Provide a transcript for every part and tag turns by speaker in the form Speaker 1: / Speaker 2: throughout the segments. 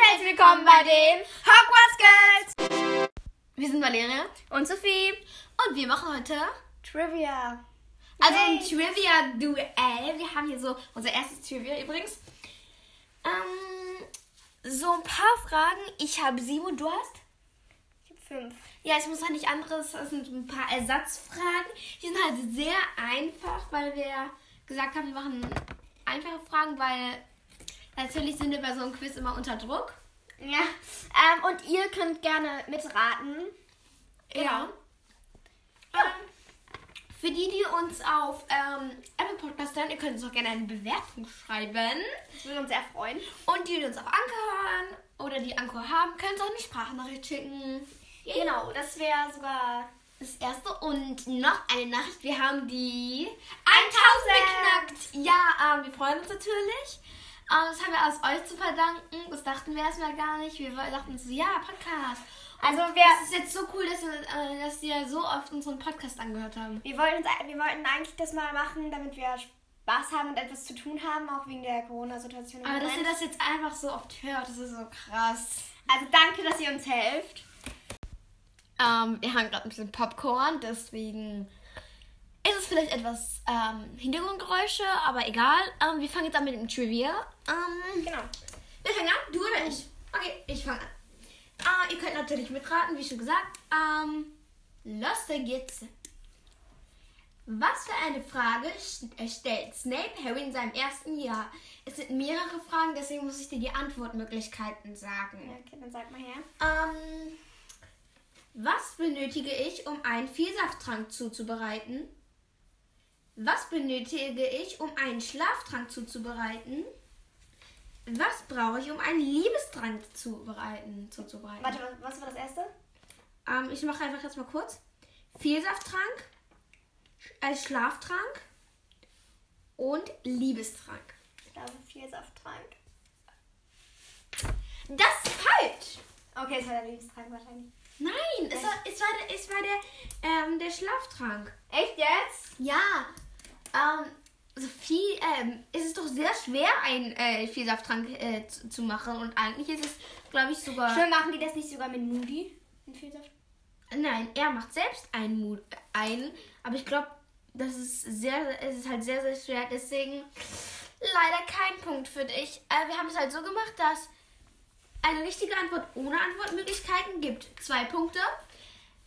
Speaker 1: herzlich willkommen bei den
Speaker 2: Hogwarts Girls!
Speaker 1: Wir sind Valeria
Speaker 2: Und Sophie.
Speaker 1: und wir machen heute
Speaker 2: Trivia.
Speaker 1: also ein
Speaker 2: Yay.
Speaker 1: Trivia-Duell. Wir haben hier so unser erstes Trivia übrigens. Ähm, so ein paar Fragen. Ich habe sieben und du hast?
Speaker 2: Ich hab fünf.
Speaker 1: Ja, ich muss halt nicht anderes. Es sind ein paar Ersatzfragen. Die sind halt sehr einfach, weil wir gesagt haben, wir machen einfache Fragen, weil natürlich sind wir bei so einem Quiz immer unter Druck.
Speaker 2: Ja. Ähm, und ihr könnt gerne mitraten.
Speaker 1: Ja. Ähm, für die, die uns auf ähm, Apple Podcast hören, ihr könnt uns auch gerne eine Bewertung schreiben.
Speaker 2: Das würde uns sehr freuen.
Speaker 1: Und die, die uns auf Anker hören oder die Anker haben, können uns auch eine Sprachnachricht schicken.
Speaker 2: Genau, das wäre sogar.
Speaker 1: Das erste und noch eine Nacht. Wir haben die 1000 geknackt.
Speaker 2: 1000
Speaker 1: Ja, ähm, wir freuen uns natürlich. Ähm, das haben wir aus euch zu verdanken. Das dachten wir erstmal gar nicht. Wir dachten so, ja, Podcast.
Speaker 2: Also
Speaker 1: Und
Speaker 2: wir-
Speaker 1: das ist jetzt so cool, dass wir, äh, dass wir so oft unseren Podcast angehört haben.
Speaker 2: Wir wollten, wir wollten eigentlich das mal machen, damit wir Spaß haben und etwas zu tun haben, auch wegen der Corona-Situation. im
Speaker 1: Aber Ah, dass ihr
Speaker 2: Moment.
Speaker 1: das jetzt einfach so oft hört, das ist so krass.
Speaker 2: Also danke, dass ihr uns helft.
Speaker 1: Ähm, wir haben gerade ein bisschen Popcorn, deswegen ist es vielleicht etwas ähm, Hintergrundgeräusche, aber egal. Ähm, wir fangen jetzt an mit dem Trivia. Ähm,
Speaker 2: Genau.
Speaker 1: wir fangen an, du oder ich? Okay, ich fange an. Äh, ihr könnt natürlich mitraten, wie schon gesagt. Ähm, los, da geht's. Was für eine Frage st- äh, stellt Snape Harry in seinem ersten Jahr? Es sind mehrere Fragen, deswegen muss ich dir die Antwortmöglichkeiten sagen.
Speaker 2: Ja, Okay, dann sag mal her.
Speaker 1: Ähm, was benötige ich, um einen Vielsafttrank zuzubereiten? Was benötige ich, um einen Schlaftrank zuzubereiten? Was brauche ich, um einen Liebestrank zubereiten, zuzubereiten?
Speaker 2: Warte, was, was war das erste?
Speaker 1: Ähm, ich mache einfach jetzt mal kurz. Vielsafttrank, Sch- äh, Schlaftrank und Liebestrank.
Speaker 2: Ich glaube, viel Safttrank.
Speaker 1: Das ist falsch!
Speaker 2: Okay, es war der Lebenstrank wahrscheinlich.
Speaker 1: Nein, es war, es war, der- es war der, ähm, der Schlaftrank.
Speaker 2: Echt jetzt?
Speaker 1: Ja, ähm, Sophie, ähm, es ist doch sehr schwer, einen äh, Vielsafttrank äh, zu, zu machen. Und eigentlich ist es, glaube ich, sogar.
Speaker 2: Schön, machen die das nicht sogar mit Moody? Ein Vielsaft?
Speaker 1: Nein, er macht selbst einen Mut äh, ein. Aber ich glaube, das ist sehr, es ist halt sehr, sehr schwer. Deswegen leider kein Punkt für dich. Äh, wir haben es halt so gemacht, dass eine richtige Antwort ohne Antwortmöglichkeiten gibt zwei Punkte.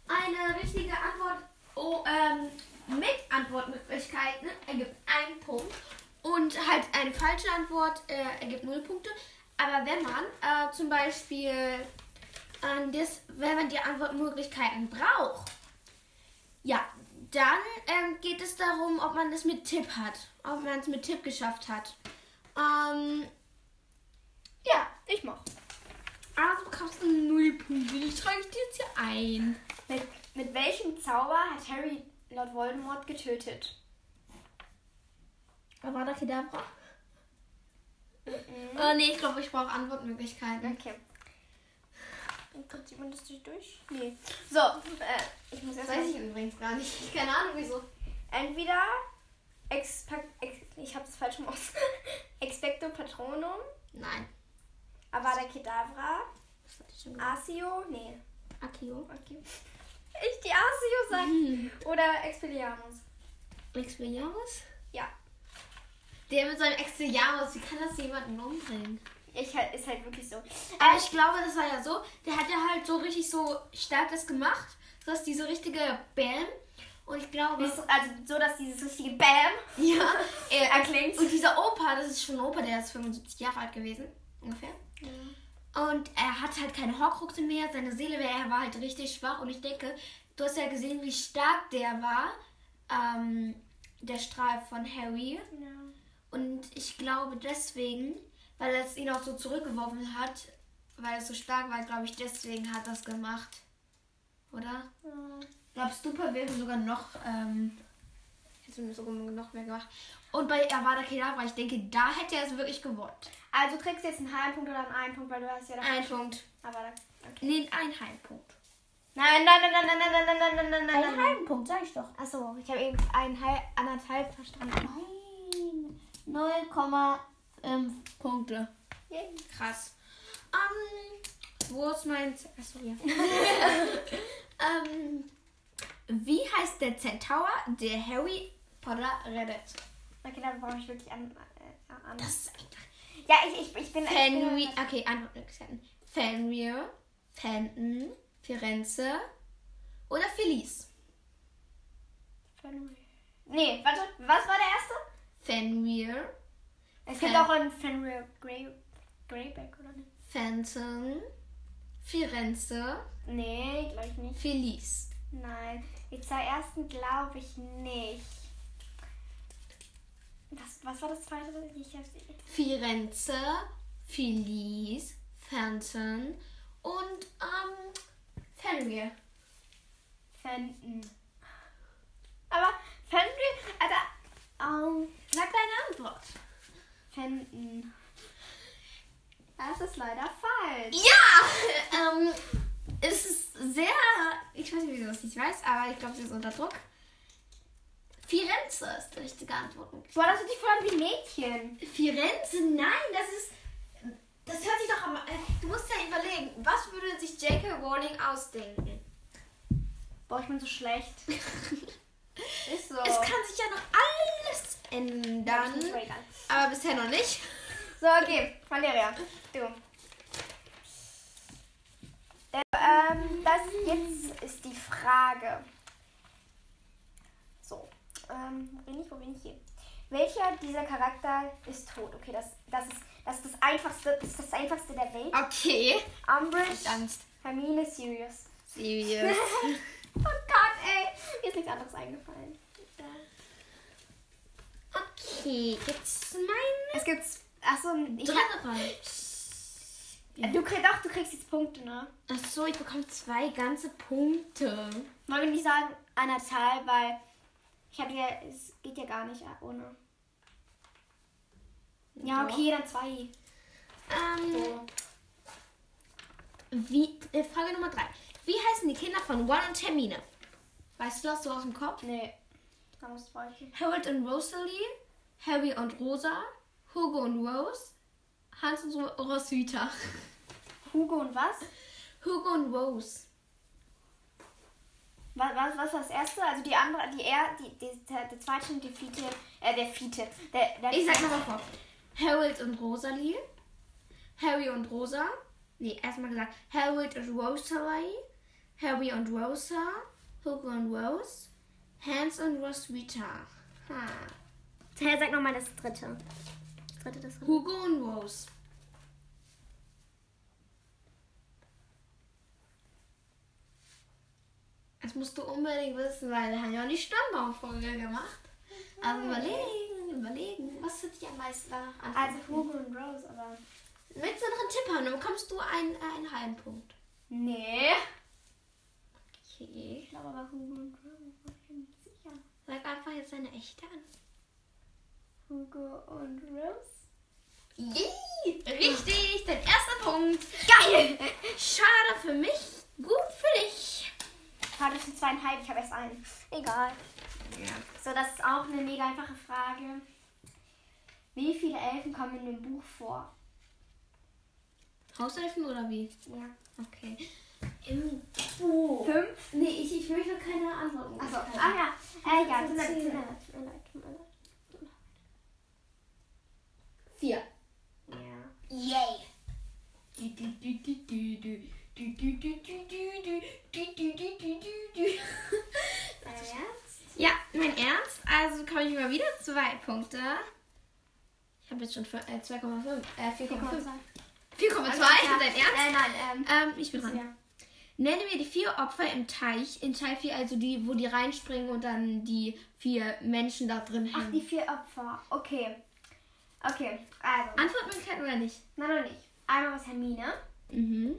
Speaker 1: Eine richtige Antwort oh, ähm, mit Antwortmöglichkeiten ergibt einen Punkt. Und halt eine falsche Antwort äh, ergibt null Punkte. Aber wenn man äh, zum Beispiel ähm, das, wenn man die Antwortmöglichkeiten braucht, ja, dann ähm, geht es darum, ob man es mit Tipp hat. Ob man es mit Tipp geschafft hat. Ähm, ja,
Speaker 2: Ich mach.
Speaker 1: also bekommst du null Punkte. Die trage ich dir jetzt hier ein.
Speaker 2: Mit, mit welchem Zauber hat Harry Lord Voldemort getötet?
Speaker 1: Avada-Kedavra?
Speaker 2: Ah.
Speaker 1: Oh nee, ich glaube, ich brauche Antwortmöglichkeiten.
Speaker 2: Okay. Kommt jemand das nicht durch? Nee. So, äh, ich muss
Speaker 1: Das
Speaker 2: erst
Speaker 1: weiß ich
Speaker 2: mal.
Speaker 1: übrigens gar nicht. Keine Ahnung wieso.
Speaker 2: Entweder Expa Ex ich habe das falsch gemacht. Expecto Patronum,
Speaker 1: Nein.
Speaker 2: Avada Kedavra,
Speaker 1: Das hatte ich schon gesagt.
Speaker 2: Asio, nee,
Speaker 1: Ah. Akio.
Speaker 2: okay. Ich die Asio sagen. Oder Expelliarmus.
Speaker 1: Expelliarmus?
Speaker 2: Ja.
Speaker 1: Der mit seinem Expelliarmus, wie kann das jemanden umbringen?
Speaker 2: Ich halt, ist halt wirklich so.
Speaker 1: Aber ich glaube, das war ja so, der hat ja halt so richtig so starkes gemacht, dass diese richtige Bam. Und ich glaube,
Speaker 2: Ist- Also so, dass dieses richtige Bam
Speaker 1: ja, er,
Speaker 2: erklingt.
Speaker 1: und dieser Opa, das ist schon ein Opa, der ist 75 Jahre alt gewesen, ungefähr. Und er hat halt keine Horcruxe mehr, seine Seele mehr, er war halt richtig schwach. Und ich denke, du hast ja gesehen, wie stark der war, ähm, der Strahl von Harry.
Speaker 2: Ja.
Speaker 1: Und ich glaube deswegen, weil es ihn auch so zurückgeworfen hat, weil es so stark war, glaube ich, deswegen hat das gemacht. Oder?
Speaker 2: Ja.
Speaker 1: Glaubst du, Super wäre sogar noch, ähm, hätte sogar noch mehr gemacht. Und bei Avada Kedavra, ich denke, da hätte er es wirklich gewonnen.
Speaker 2: Also du kriegst jetzt einen halben Punkt oder einen einen Punkt, weil du hast ja da.
Speaker 1: Ein Punkt.
Speaker 2: Aber da. Okay.
Speaker 1: Nee, ein Heimpunkt.
Speaker 2: Nein, nein, nein, nein, nein, nein, nein, nein, nein, nein, nein, nein.
Speaker 1: halben Punkt, sag ich doch.
Speaker 2: Achso, ich habe eben einen halb, anderthalb verstanden.
Speaker 1: Nein. 0,5 Punkte.
Speaker 2: Yay.
Speaker 1: Krass. Ähm, wo ist mein. Z- Achso, ja. ähm, wie heißt der Centaur, der Harry Potter rettet?
Speaker 2: Okay, dann brauche ich wirklich an. Äh, an.
Speaker 1: Das ist einfach.
Speaker 2: Ja, ich, ich, ich bin. ich bin-
Speaker 1: Fenrir. Okay, Antwort Möglichkeiten. Fenrir, Fenton, Firenze oder Felice.
Speaker 2: Fenrir. Nee, warte, was war der erste?
Speaker 1: Fenrir,
Speaker 2: Es
Speaker 1: Fen-
Speaker 2: gibt auch einen Fenrir Grey, Greyback, oder nicht?
Speaker 1: Fenton, Firenze,
Speaker 2: Nee, glaube ich nicht.
Speaker 1: Felice.
Speaker 2: Nein, die zwei ersten glaube ich nicht. Was, was war das zweite? Ich hab's
Speaker 1: Firenze, Felice, Fenton und ähm, Fenrir.
Speaker 2: Fenton. Aber Fenrir, Alter. Oh,
Speaker 1: Sag deine Antwort.
Speaker 2: Fenton. Das ist leider falsch.
Speaker 1: Ja! Ähm, es ist sehr. Ich weiß nicht, wieso ich das nicht weiß, aber ich glaube, sie ist unter Druck. Firenze ist die richtige Antwort.
Speaker 2: Boah, das hört sich voll an wie Mädchen.
Speaker 1: Firenze? Nein, das ist. Das hört sich doch am. äh, Du musst ja überlegen, was würde sich J.K. Rowling ausdenken?
Speaker 2: Boah, ich bin so schlecht. Ist so.
Speaker 1: Es kann sich ja noch alles ändern.
Speaker 2: Ist voll egal.
Speaker 1: Aber bisher noch nicht.
Speaker 2: So, okay, Valeria, du. Äh, Ähm, das jetzt ist die Frage. So, ähm, wo bin ich, wo bin ich hier? Welcher dieser Charakter ist tot? Okay, das, das, ist, das ist das einfachste, das ist das einfachste der Welt.
Speaker 1: Okay.
Speaker 2: Umbridge,
Speaker 1: Angst.
Speaker 2: Hermine, Sirius.
Speaker 1: Serious.
Speaker 2: Oh Gott, ey, mir ist nichts anderes eingefallen.
Speaker 1: Okay, jetzt meine
Speaker 2: Es gibt, achso, ich,
Speaker 1: dritte Rolle.
Speaker 2: du kriegst doch, du kriegst jetzt Punkte, ne?
Speaker 1: Achso, ich bekomme zwei ganze Punkte.
Speaker 2: Wollen wir nicht sagen an der Zahl, weil ich habe ja, es geht ja gar nicht ohne. Ja,
Speaker 1: Doch.
Speaker 2: okay, dann zwei.
Speaker 1: Ähm,
Speaker 2: So.
Speaker 1: wie, äh, Frage Nummer drei. Wie heißen die Kinder von Ron und Hermine? Weißt du das so aus dem Kopf?
Speaker 2: Nee. Da muss ich weichen.
Speaker 1: Harold und Rosalie, Harry und Rosa, Hugo und Rose, Hans und Ro- Roswitha.
Speaker 2: Hugo und was?
Speaker 1: Hugo und Rose.
Speaker 2: Was, was? was war das erste? Also die andere, die er, die, die, der, der zweite und die vierte, äh, der vierte. Der, der
Speaker 1: Ich sag nochmal vor. Harold und Rosalie. Harry und Rosa. Nee, erstmal gesagt. Harold und Rosalie. Harry und Rosa. Hugo und Rose. Hans und Roswitha. Ha.
Speaker 2: Hey, sag nochmal das dritte. Das dritte, das dritte.
Speaker 1: Hugo und Rose. Das musst du unbedingt wissen, weil wir haben ja auch die Stammbaumfolge gemacht. Also überlegen, überlegen. Was hat dich am meisten danach an?
Speaker 2: Also Hugo und Rose, aber.
Speaker 1: Willst du noch einen Tipp haben? Dann bekommst du einen, äh, einen halben Punkt.
Speaker 2: Nee.
Speaker 1: Okay.
Speaker 2: Ich glaube aber Hugo und Rose. Ich bin nicht sicher.
Speaker 1: Sag einfach jetzt deine echte an.
Speaker 2: Hugo und Rose?
Speaker 1: Yay! Richtig, dein erster Punkt.
Speaker 2: Geil!
Speaker 1: Schade für mich, gut für dich.
Speaker 2: Habe ich schon zweieinhalb, ich habe erst einen. Egal.
Speaker 1: Ja.
Speaker 2: So, das ist auch eine mega einfache Frage. Wie viele Elfen kommen in dem Buch vor?
Speaker 1: Hauselfen oder wie?
Speaker 2: Ja.
Speaker 1: Okay. Im oh.
Speaker 2: Fünf?
Speaker 1: Nee, ich, ich möchte keine Antwort.
Speaker 2: Achso,
Speaker 1: Also,
Speaker 2: ah ja. Äh, ja,
Speaker 1: Das ist
Speaker 2: tut mir leid,
Speaker 1: zehn.
Speaker 2: tut mir leid, tut mir leid, tut mir leid.
Speaker 1: vier.
Speaker 2: Ja.
Speaker 1: Yay!
Speaker 2: Dein Ernst?
Speaker 1: Ja, mein Ernst. Also komme ich mal wieder zwei Punkte. Ich habe jetzt schon fün- äh, 2,5. Äh, 4,5. 4,2 ist dein Ernst?
Speaker 2: Nein, Also, Äh, nein,
Speaker 1: Ähm, ich bin
Speaker 2: ähm.
Speaker 1: dran.
Speaker 2: Ja.
Speaker 1: Nenne mir die vier Opfer im Teich, in Teil 4, also die, wo die reinspringen und dann die vier Menschen da drin
Speaker 2: Ach,
Speaker 1: hängen.
Speaker 2: die vier Opfer. Okay. Okay, also.
Speaker 1: Antwortmöglichkeiten oder nicht?
Speaker 2: Nein, noch nicht. Einmal was Hermine.
Speaker 1: Mhm.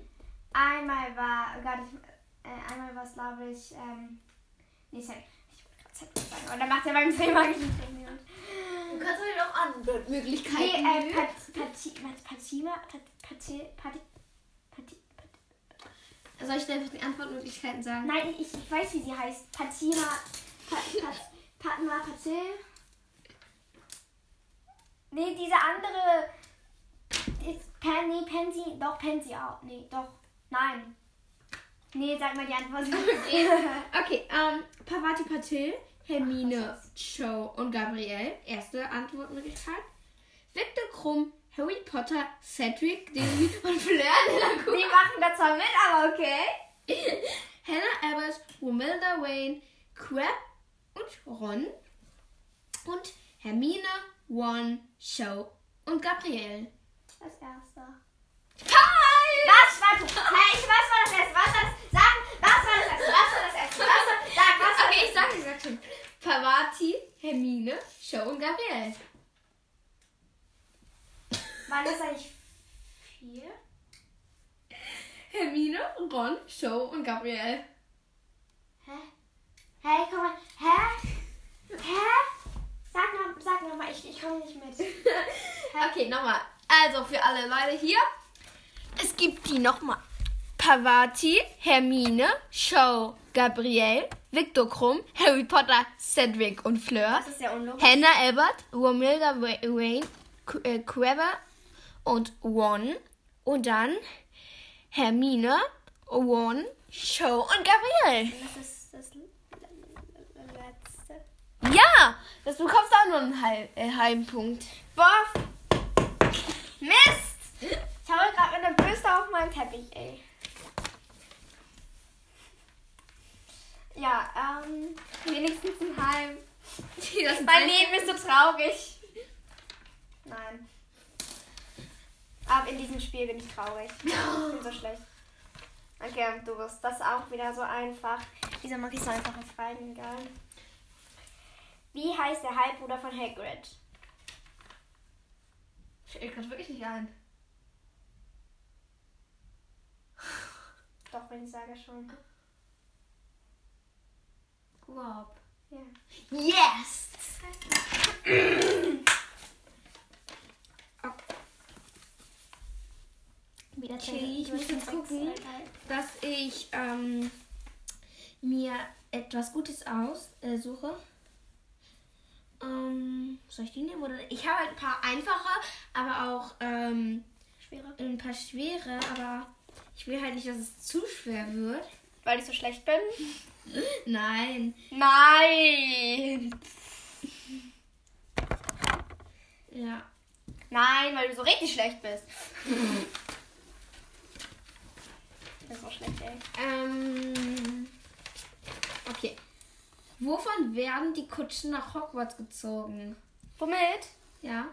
Speaker 2: Einmal war, oh Gott, ich, äh, einmal war es, glaube ich, ähm, nee, sorry, ich wollte gerade Zettel sagen, und dann macht er beim Thema Geschichte.
Speaker 1: Du kannst mir auch Antwortmöglichkeiten
Speaker 2: Nee, äh, Pat, Pati, Pat, Patima, Pat, Pati, Pati, Pati, Pati,
Speaker 1: Soll ich dir einfach die Antwortmöglichkeiten sagen?
Speaker 2: nein, ich, ich weiß, wie sie heißt, Patima, Pat, Pat, Patma, Patil, nee, diese andere, ist, Pen, nee, Pensi, doch, Pensi auch, nee, doch, Nein. Nee, sag mal die Antwort.
Speaker 1: Okay, ähm, Pavati Patil, Hermine,
Speaker 2: Ach,
Speaker 1: Cho und Gabrielle. Erste Antwortmöglichkeit. Victor Krumm, Harry Potter, Cedric, Demi und Flair de la Cour.
Speaker 2: die machen da zwar mit, aber okay.
Speaker 1: Hannah Abbott, Romilda Wayne, Crab und Ron. Und Hermine, Ron, Cho und Gabrielle.
Speaker 2: Das erste.
Speaker 1: Hi!
Speaker 2: Was war das? Hey, ich weiß, war das erste. Was war das? Sag, was war das erste? Was war das erste? Was war das? Sag, was war
Speaker 1: Okay, ich sag, ich sag schon. Pavati, Hermine, Cho und Gabrielle.
Speaker 2: Waren das eigentlich vier?
Speaker 1: Hermine, Ron, Cho und Gabrielle.
Speaker 2: Hä? Hey, komm mal. Hä? Hä? Sag noch, sag noch mal, ich, ich komme nicht mit.
Speaker 1: okay, nochmal. Also für alle Leute hier. Es gibt die nochmal. Pavati, Hermine, Cho, Gabrielle, Victor Krumm, Harry Potter, Cedric und Fleur,
Speaker 2: ist ja unlogisch.
Speaker 1: Hannah Albert, Romilda Wa- Wayne, Qu- äh, Quever und Ron. Und dann Hermine, Ron, Cho und Gabrielle.
Speaker 2: Das ist das letzte.
Speaker 1: Ja, das bekommst auch nur einen Heil äh, Heimpunkt.
Speaker 2: Boah! Mist! Ich habe gerade mit einer Bürste auf meinem Teppich, ey. Ja, ähm, wenigstens ein Heim.
Speaker 1: Das
Speaker 2: Mein Leben ist so traurig. Nein. Aber in diesem Spiel bin ich traurig. Ich bin so schlecht. Okay, du wirst das auch wieder so einfach. Wieso mag ich so einfache Fragen, egal. Wie heißt der Halbbruder von Hagrid?
Speaker 1: Ich kann wirklich nicht ein.
Speaker 2: Doch, wenn ich sage schon.
Speaker 1: Wow.
Speaker 2: Ja.
Speaker 1: Yes!
Speaker 2: Wieder
Speaker 1: Okay, ich muss jetzt gucken.
Speaker 2: Alter.
Speaker 1: Dass ich ähm, mir etwas Gutes aussuche. Äh, suche. ähm, soll ich die nehmen? Oder? Ich habe halt ein paar einfache, aber auch ähm,
Speaker 2: Schwerer.
Speaker 1: ein paar schwere. Aber ich will halt nicht, dass es zu schwer wird.
Speaker 2: Weil ich so schlecht bin?
Speaker 1: Nein.
Speaker 2: Nein!
Speaker 1: Ja.
Speaker 2: Nein, weil du so richtig schlecht bist. ich bin so schlecht, ey.
Speaker 1: Ähm, okay. Wovon werden die Kutschen nach Hogwarts gezogen?
Speaker 2: Womit?
Speaker 1: Ja.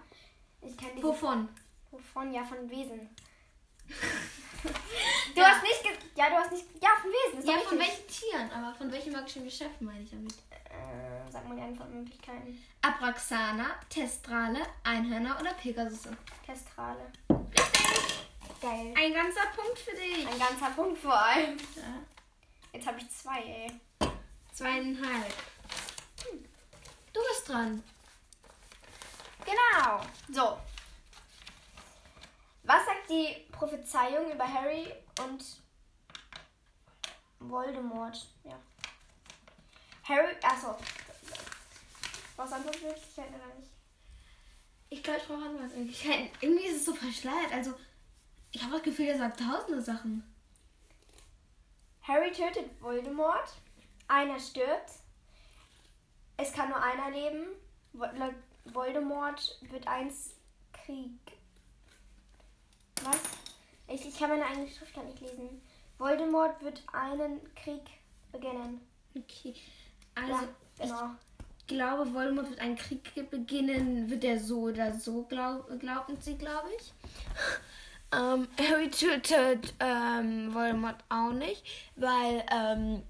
Speaker 2: Ich kann diese
Speaker 1: Wovon?
Speaker 2: Wovon? Ja, von Wesen. Du
Speaker 1: Ja.
Speaker 2: hast nicht ge Ja, du hast nicht. Ja, von Wesen. Ist
Speaker 1: Ja,
Speaker 2: doch
Speaker 1: von
Speaker 2: richtig.
Speaker 1: welchen Tieren? Aber von welchem magischen Geschäft meine ich damit?
Speaker 2: Äh, sag mal die Antwortmöglichkeiten.
Speaker 1: Abraxana, Testrale, Einhörner oder Pegasus?
Speaker 2: Kestrale.
Speaker 1: Richtig!
Speaker 2: Geil.
Speaker 1: Ein ganzer Punkt für dich.
Speaker 2: Ein ganzer Punkt vor allem.
Speaker 1: Ja.
Speaker 2: Jetzt habe ich zwei, ey.
Speaker 1: Zweieinhalb. Hm. Du bist dran.
Speaker 2: Genau. So. Was sagt die Prophezeiung über Harry und Voldemort? Ja. Harry. Achso. Was Antwortmöglichkeiten oder nicht?
Speaker 1: Ich glaube, ich brauche Anweismöglichkeiten. Irgendwie ist es so verschleiert. Also, ich habe das Gefühl, er sagt tausende Sachen.
Speaker 2: Harry tötet Voldemort. Einer stirbt. Es kann nur einer leben. Vo- laut Voldemort wird eins Krieg. Was? Ich, ich kann meine eigene Schrift gar nicht lesen. Voldemort wird einen Krieg beginnen.
Speaker 1: Okay. Also,
Speaker 2: ja, genau.
Speaker 1: ich glaube, Voldemort wird einen Krieg beginnen. Wird er so oder so, glaub, glauben sie, glaube ich. Ähm, Harry tötet ähm, Voldemort auch nicht, weil ähm,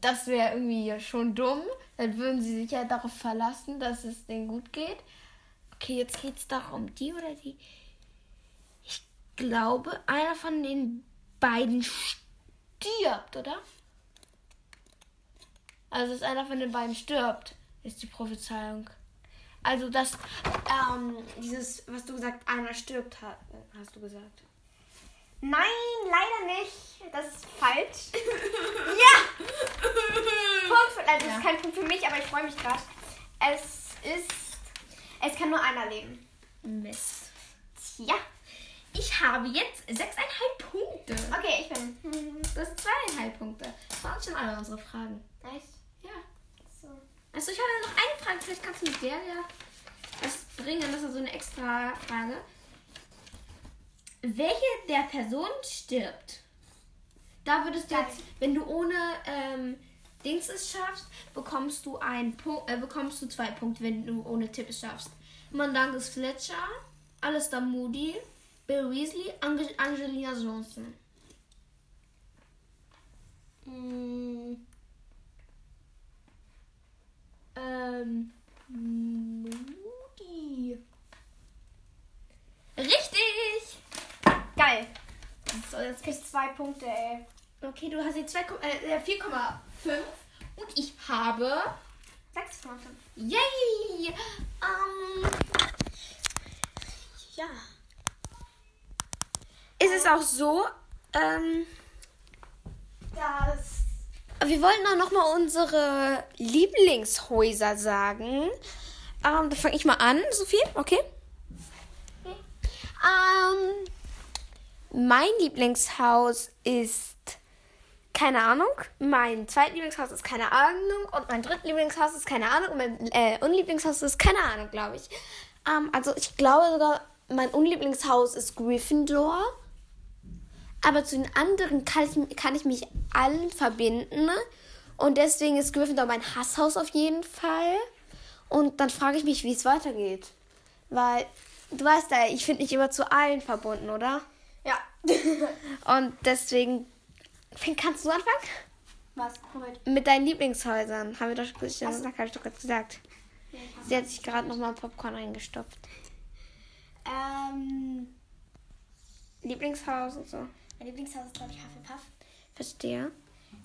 Speaker 1: das wäre irgendwie schon dumm. Dann würden sie sich ja darauf verlassen, dass es denen gut geht. Okay, jetzt geht's darum, die oder die. Ich glaube, einer von den beiden stirbt, oder? Also, dass einer von den beiden stirbt, ist die Prophezeiung. Also, dass ähm, dieses, was du gesagt, einer stirbt, ha- hast du gesagt.
Speaker 2: Nein, leider nicht. Das ist falsch. ja! Punkt für, also das
Speaker 1: Ja.
Speaker 2: ist kein Punkt für mich, aber ich freue mich gerade. Es ist. Es kann nur einer leben.
Speaker 1: Mist.
Speaker 2: Ja.
Speaker 1: Ich habe jetzt sechseinhalb Punkte.
Speaker 2: Okay, ich bin.
Speaker 1: Das sind zweieinhalb Punkte. Das waren schon alle unsere Fragen.
Speaker 2: Echt?
Speaker 1: Ja.
Speaker 2: So.
Speaker 1: Also ich habe ja noch eine Frage, vielleicht kannst du mit der ja was bringen. Das ist so eine extra Frage. Welche der Personen stirbt? Da würdest du
Speaker 2: Geil.
Speaker 1: jetzt, wenn du ohne ähm, Dings es schaffst, bekommst du einen Punkt, äh, bekommst du zwei Punkte, wenn du ohne Tipp es schaffst. Mandang ist Fletcher, Alistair Moody, Bill Weasley, Ange Angelina Johnson.
Speaker 2: Mm. Ähm. Moody.
Speaker 1: Richtig!
Speaker 2: Geil.
Speaker 1: So, jetzt
Speaker 2: Jetzt krieg ich zwei Punkte, ey.
Speaker 1: Okay, du hast jetzt 2, äh, äh, 4,5 und ich habe.
Speaker 2: 6,5.
Speaker 1: Yay! Ähm. Ja. Es ist auch so, ähm,
Speaker 2: Das.
Speaker 1: wir wollten auch nochmal unsere Lieblingshäuser sagen. Ähm, da fange ich mal an, Sophie, okay? Ähm, mein Lieblingshaus ist keine Ahnung. Mein zweitlieblingshaus ist keine Ahnung. Und mein drittlieblingshaus ist keine Ahnung. Und mein äh, unlieblingshaus ist keine Ahnung, glaube ich. Ähm, also ich glaube sogar, mein unlieblingshaus ist Gryffindor. Aber zu den anderen kann ich, kann ich mich allen verbinden. Und deswegen ist Gryffindor mein Hasshaus auf jeden Fall. Und dann frage ich mich, wie es weitergeht. Weil, du weißt ja, ich finde mich immer zu allen verbunden, oder?
Speaker 2: Ja.
Speaker 1: Und deswegen, Finn, kannst du anfangen?
Speaker 2: Was? Moment.
Speaker 1: Mit deinen Lieblingshäusern, haben wir doch schon
Speaker 2: Ach so.
Speaker 1: gesagt, hab ich doch gerade gesagt. Sie hat sich gerade nochmal Popcorn reingestopft.
Speaker 2: Ähm.
Speaker 1: Lieblingshaus und so.
Speaker 2: Mein Lieblingshaus ist, glaube ich, Hufflepuff.
Speaker 1: Verstehe.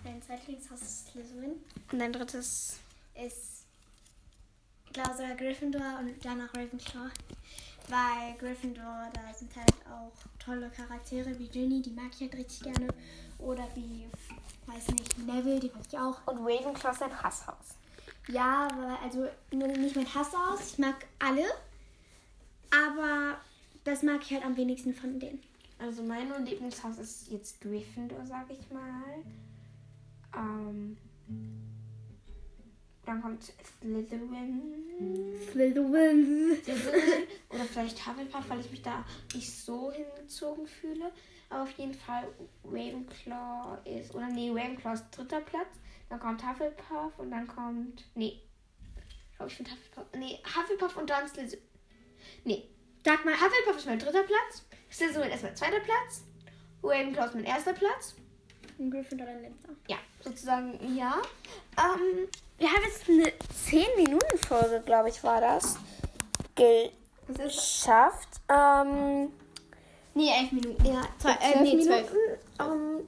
Speaker 2: Mein zweitlieblingshaus ist Slytherin.
Speaker 1: Und dein drittes.
Speaker 2: Ist. Ich glaube sogar Gryffindor und danach Ravenclaw. Weil Gryffindor, da sind halt auch tolle Charaktere wie Ginny, die mag ich halt richtig gerne. Oder wie, weiß nicht, Neville, die mag ich auch.
Speaker 1: Und Ravenclaw ist ein Hasshaus.
Speaker 2: Ja, weil also nur nicht mein Hass aus. Ich mag alle. Aber das mag ich halt am wenigsten von denen.
Speaker 1: Also mein Lieblingshaus ist jetzt Gryffindor, sag ich mal. Ähm, dann kommt Slytherin.
Speaker 2: Slytherin.
Speaker 1: Slytherin oder vielleicht Hufflepuff, weil ich mich da nicht so hingezogen fühle. Aber auf jeden Fall Ravenclaw ist, oder nee, Ravenclaw ist dritter Platz. Dann kommt Hufflepuff und dann kommt, nee, ich glaube, ich finde Hufflepuff, nee, Hufflepuff und dann Slytherin. Nee, sag mal, Hufflepuff ist mein dritter Platz. Slytherin ist mein zweiter Platz. Ravenclaw ist mein erster Platz.
Speaker 2: Und Gryffindor dein letzter.
Speaker 1: Ja, sozusagen, ja. Ähm, wir haben jetzt eine 10-Minuten-Folge, glaube ich, war das. Ge
Speaker 2: Das ist.
Speaker 1: geschafft. Ähm,
Speaker 2: Nee, elf Minuten.
Speaker 1: ja,
Speaker 2: Zwei- äh, nee, zwölf.
Speaker 1: Ähm,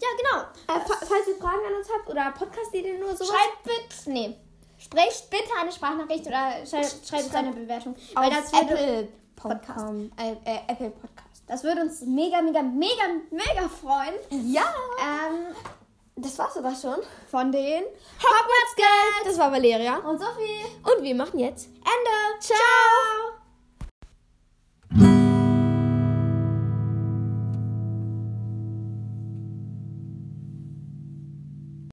Speaker 2: Ja, genau.
Speaker 1: äh, fa- falls ihr Fragen an uns habt oder Podcast-Ideen oder sowas,
Speaker 2: Schreibt bitte. Nee. Sprecht bitte eine Sprachnachricht oder schrei- schreibt uns eine Bewertung. Weil das würde,
Speaker 1: Podcast. Äh, äh, Apple Podcast.
Speaker 2: das würde uns mega, mega, mega, mega freuen.
Speaker 1: Ja,
Speaker 2: Ähm,
Speaker 1: das war's sogar schon.
Speaker 2: von denen.
Speaker 1: Hogwarts Geld! Äh, Das war Valeria.
Speaker 2: Und Sophie.
Speaker 1: Und wir machen jetzt
Speaker 2: Ende.
Speaker 1: Ciao.